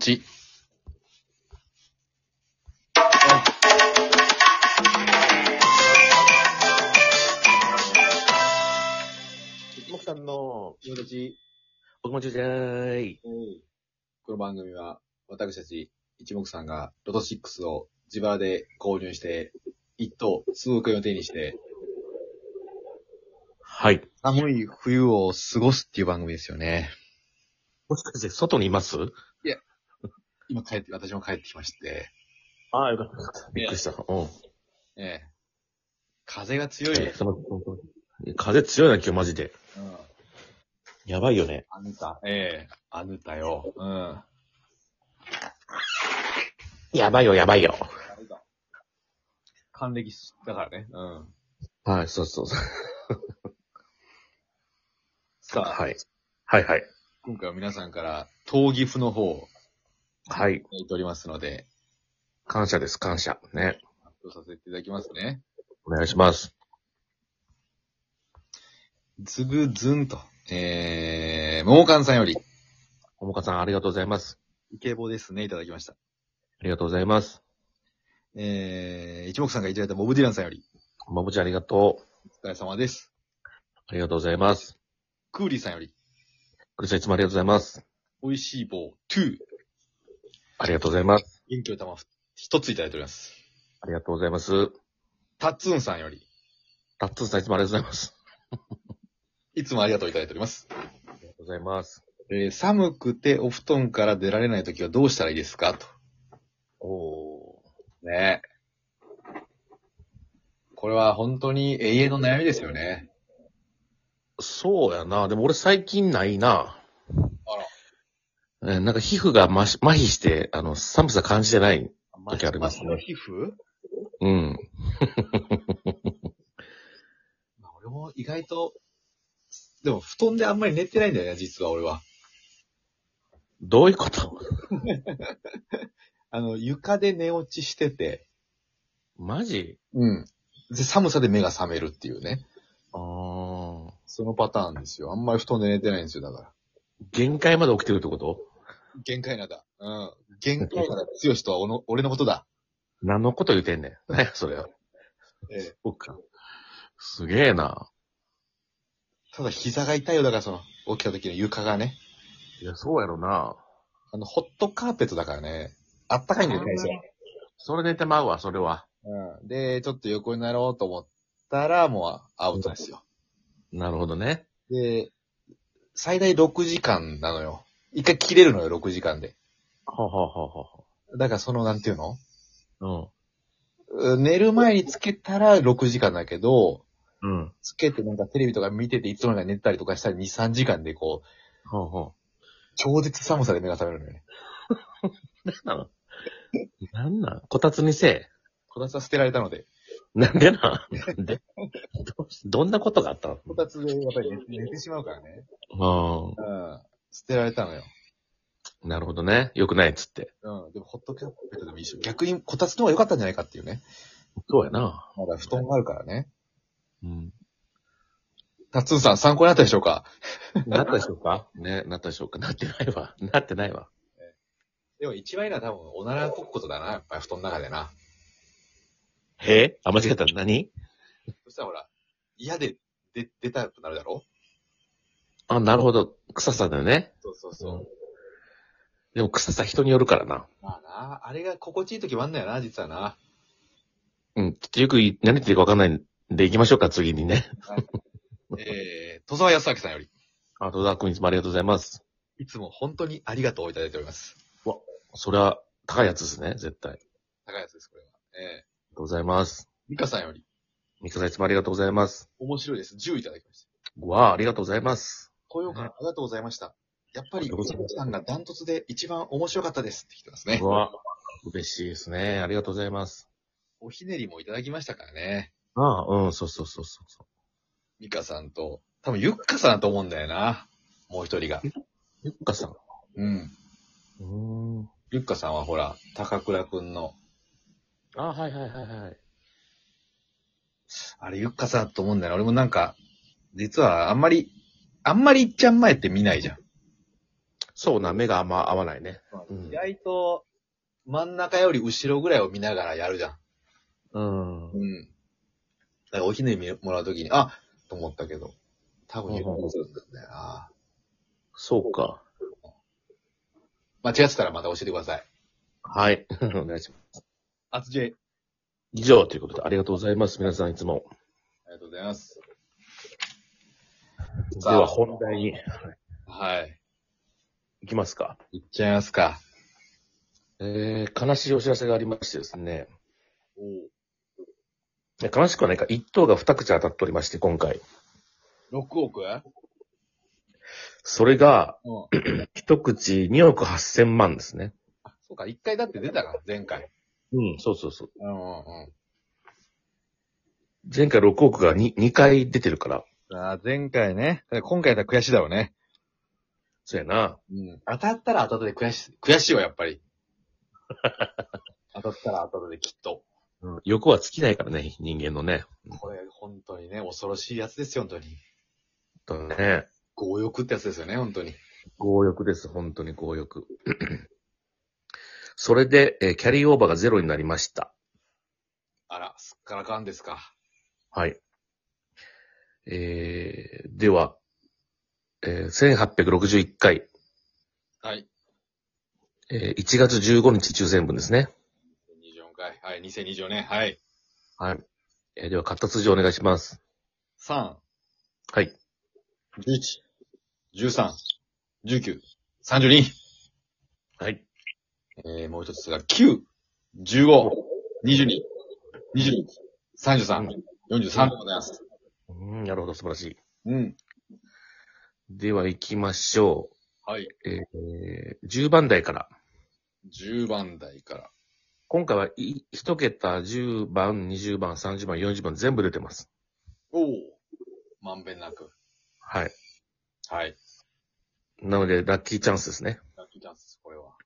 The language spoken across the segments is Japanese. ち。一目さんの、友達、僕もちょじゃーい。この番組は、私たち、一目さんが、ロト6を自腹で購入して、一等数億円を手にして、はい。寒い冬を過ごすっていう番組ですよね。もしかして、外にいます今帰って、私も帰ってきまして、ああ、よかった。びっくりした。うん。ええ。風が強いえでーす。その風強いな、今日マジで。うん。やばいよね。あぬた、ええあぬたよ。うん。あやばいよ、やばいよ。れだ。還暦しだからね。うん。はい、そうそうそう。さあ、はい。はい、はい。今回は皆さんから、闘技譜の方をはい。いただいておりますので、感謝です、感謝。ね。発表させていただきますね。お願いします。ズグズンと。えー、桃缶さんより、ももかさん、ありがとうございます。イケボですね、いただきました。ありがとうございます。えー、一目さんがいただいたボブディランさんより、まもちゃん、ありがとう。お疲れ様です。ありがとうございます。クーリーさんより、クリスさん、いつもありがとうございます。美味しい棒、トゥー、ありがとうございます。元気の玉、一ついただいております。ありがとうございます。タッツンさんより、タッツンさん、いつもありがとうございます。いつもありがとういただいております。ありがとうございます。えー、寒くてお布団から出られないときはどうしたらいいですかと。おねこれは本当に永遠の悩みですよね。ー。そうやな。でも俺最近ないな。あら。えーなんか皮膚がまし、麻痺して、あの、寒さ感じてない。時ありますねマシマシの皮膚うん。まあ、俺も意外と、でも布団であんまり寝てないんだよね、実は俺は。どういうことあの、床で寝落ちしてて、マジうん。で、寒さで目が覚めるっていうね。ああ。そのパターンですよ。あんまり布団で寝てないんですよ、だから。限界まで起きてるってこと限界なだ。うん。限界なだ。強しとはおの俺のことだ。何のこと言うてんねん。ね、それは。ええ。そっか。すげえな。ただ膝が痛いよ、だからその、起きた時の床がね。いや、そうやろな。あの、ホットカーペットだからね。あったかいんだよ、最初。それ寝てまうわ、それは。うん。で、ちょっと横になろうと思ったら、もうアウトですよ。なるほどね。で、最大6時間なのよ。一回切れるのよ、6時間で。ははははだからその、なんていうのは。う寝る前につけたら6時間だけど、うん。うん。はつけてなんかテレビとか見てていつの間にか寝たりとかしたら2、3時間でこう、あはあ。超絶寒さで目が覚めるのよね。なんなの なんなんこたつにせえ。こたつは捨てられたので、なんでな なんでどどんなことがあったのこたつでやっぱり寝寝てしまうからね。ううん。捨てられたのよ。ん。なるほどね。よくないっつって。うん。でもホットキャッペットでも一緒。逆にこたつの方が良かったんじゃないかっていうね。そうやな。まだ布団があるからね。うん。タッツンさん参考になったでしょうかなったでしょうかね、なったでしょうかなってないわ。なってないわ。でも一番いいのは多分おならこっことだな、やっぱり布団の中でな。へえあ、間違えた。何そしたらほら、嫌で出、出たくなるだろあ、なるほど。臭さだよね。そうそうそう。でも臭さ人によるからな。まあな、あれが心地いい時もあんだよな、実はな。うん。ちょっとよくい何言ってるかわかんないんで行きましょうか、次にね。えー、戸沢康明さんより、あ、戸田君いつもありがとうございます。いつも本当にありがとうをいただいております。それは高いやつですね、絶対。あり高いやつです、これは。えー、がとうございます。ミカさんより、ミカさんいつもありがとうございます。面白いです。10いただきました。わあ、ありがとうございます。高揚感ありがとうございました。やっぱり、ありがとうございまミすカさんがダントツで一番面白かったですって来てますねう。わあ、嬉しいですね。ありがとうございます。おひねりもいただきましたからね。ああ、うん、そうそうそうそうそう。ミカさんと、多分ユッカさんだと思うんだよな。もう一人が。ゆっかさん。うん。うーん。ゆっかさんはほら、高倉くんの、あ、はいはいはいはい。あれゆっかさんだと思うんだよな。俺もなんか、実はあんまり、あんまりいっちゃん前って見ないじゃん。そうな、目があんま合わないね。うん意外と、真ん中より後ろぐらいを見ながらやるじゃん。うん。うん。だからおひねりもらうときに、あと思ったけど、多分、するんだよな。そうか。間違ってたらまた教えてください。はい。 お願いします。あつじ、あり以上ということで、ありがとうございます。皆さんいつも。がとうございます。でさあは本題にはい。行きますか。いっちゃいますか。えー、悲しいお知らせがありましてですね。おお。いや悲しくはないか、一等が二口当たっておりまして、今回。 6億それが、うん。 一口2億8千万ですね。あそうか、一回だって出たから、前回。うん、そうそうそう。うんうん前回6億が 2, 2回出てるから。うん。あ前回ね。今回だ悔しいだろうね。そうやな。うん。当たったら当たったで悔しい。悔しいわ、やっ ぱり。当たったら当たったできっと。うん、欲は尽きないからね、人間のね。これ、本当にね、恐ろしいやつですよ、本当に。本当にね。強欲ってやつですよね、本当に。強欲です、本当に強欲。 それで、えーキャリーオーバーがゼロになりました。あら、すっからかんですか。はい。えー、では、えー、1861回、はい。えー1月15日抽選分ですね。 24回。はい、2024年。はい。はい。えーでは、買った数字をお願いします。 3、はい。 11、13、19、32。はい。えー、もう一つが9、15、22、22、33、43でございます。うん、なるほど、素晴らしい。うん。では、行きましょはい。う。えー、10番台から。 10番台から。今回はい1桁、10番、20番、30番、40番、全部出てます。おお。まんべんなく。はい。はい。なので、ラッキーチャンスですね。ラッキーチャンスです、これは。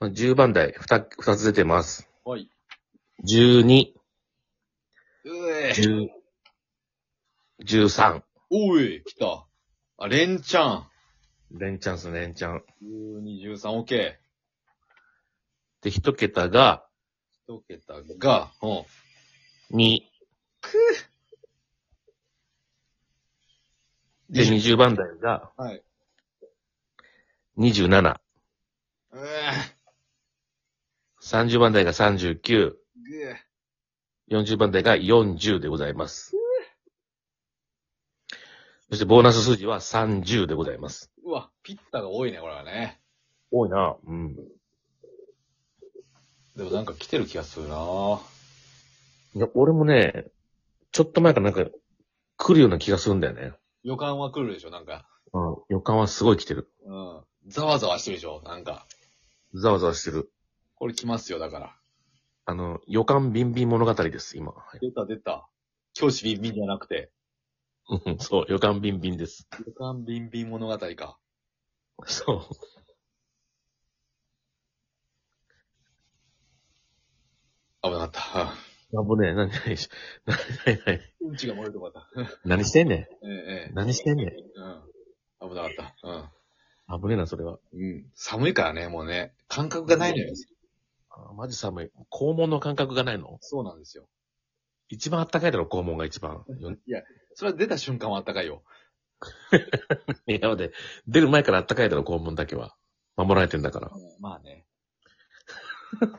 まあ10番台2、2つ出てます。はい。 12、うえー。 10 13。おい、来た。あ、レンチャン。連チャンス、連チャン。 12、13、オッケで、1桁がー。一桁が、うん。 2。で、 20 20番台がはい。 27。うえ30番台が39。ー。ぐえ40番台が40でございます。そして、ボーナス数字は30でございます。ー。うわ、ピッタが多いね、これはね。多いな。うん。でもなんか来てる気がするなぁ。いや、俺もね、ちょっと前からなんか、来るような気がするんだよね。予感は来るでしょ、なんか。うん。予感はすごい来てる。うん。ざわざわしてるでしょ、なんか。ざわざわしてる。これ来ますよ、だから。あの、予感ビンビン物語です、今。はい出た出た。教師ビンビンじゃなくて。うんそう、予感ビンビンです。予感ビンビン物語か。そう。危なかった。あ、もうね、何、何、し何、何、何 うんちが漏れてよかった。何してんねええん。何してんねん。ええ。うん。危なかった。うん。危ねえな、それは。うん。寒いからね、もうね。感覚がないのよ。あマジ寒い。肛門の感覚がないのそうなんですよ。一番あったかいだろ、肛門が一番。よそれは出た瞬間は暖かいよ。いや、待って、出る前からあったかいだろ、肛門だけは。守られてんだから。うんまあね。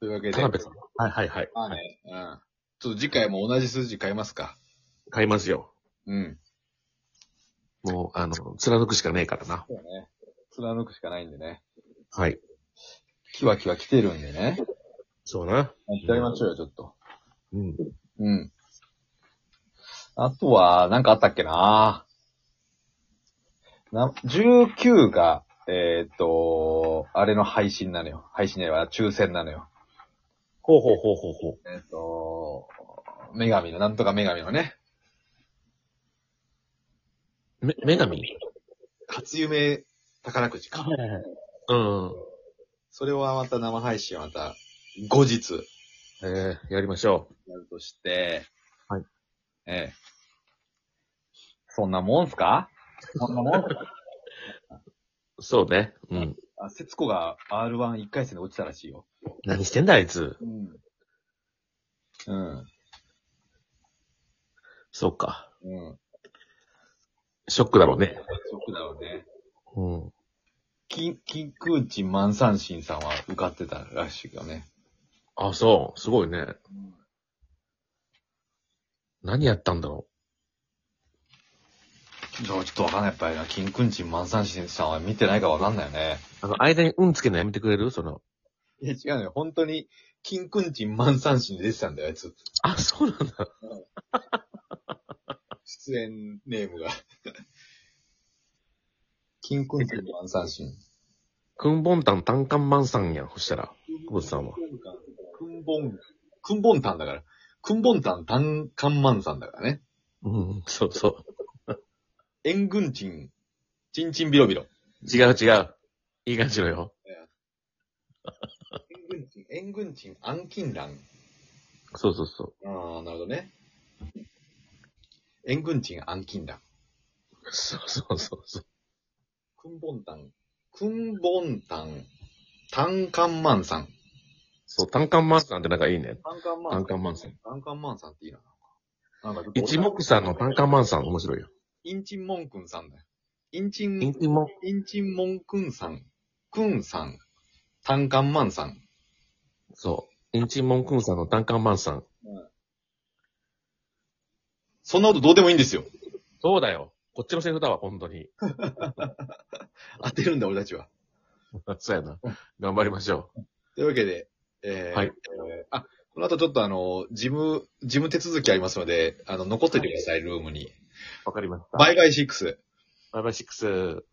というわけで。田辺さん。はいはいはい。まあね、うん。ちょっと次回も同じ数字変えますか。買いますよ。うん。もう、あの、貫くしかねえからな。そうね。貫くしかないんでね。はい。キワキワ来てるんでね。そうな。やってやりましょうよ、ちょっと。うん。うん。あとは、なんかあったっけなな、19が、えーっと、あれの配信なのよ。配信では抽選なのよ。ほうほうほうほうほう。えーっと、女神の、なんとか女神のね、め、女神初夢宝くじか。うん。それはまた生配信はまた、後日。えー、やりましょやるとして、はい。ええ。そんなもんすかそんなもんそうね。うん。あ、節子が R11 回戦で落ちたらしいよ。何してんだ、あいつ。うん。うん。そうか。うん。ショックだろうね。ショックだよね。うん。金、金空地万三神さんは受かってたらしいよね。あ、そう。すごいね。何やったんだろじゃあちょっとわかんない。やっぱりな、金空地万三神さんは見てないかわかんないよね。う。あの、間に運つけるのやめてくれるその。いや違うのよ。本当に、金空地万三神で出てたんだよ、あいつ。あ、そうなんだ。出演ネームが。金空地万三神。くんぼんたん単管マンさんやん、そしたら。久保田さんは。くんぼん、くんぼんたんだから。くんぼんたんたんかんまんさんだからね。うん、そうそ援軍ちん、ちんちんびろびろ。う。違う違う。いい感じのよ。援軍ちん、援軍ちん、暗金蘭。そうそうそああ、なるほどね。援軍ちん、暗金蘭。う。そうそうそうそう。くんぼんたん、くんぼんたん、たんかんまんさん。そう、単管マンさんってなんかいいね。タンカンマ単管マンさん。タンカンマンさんっていいな。なんかちょっと一目散の単管マンさん面白いよ。インチンモンくんさんだよ。インチン、インティモ、インチンモンくんさん、くんさん、タンカンマンさん。そう。インチンモンクンさんの単管マンさん。そんなことどうでもいいんですよ。そうだよ。こっちのセリフだわ、本当に。 当てるんだ、俺たちは。そうやな。頑張りましょう。というわけで、えー、はいえーあ、この後ちょっとあの、事務、事務手続きありますので、あの、残っててください、ルームに。わかりました。バイバイ6。バイバイシックス。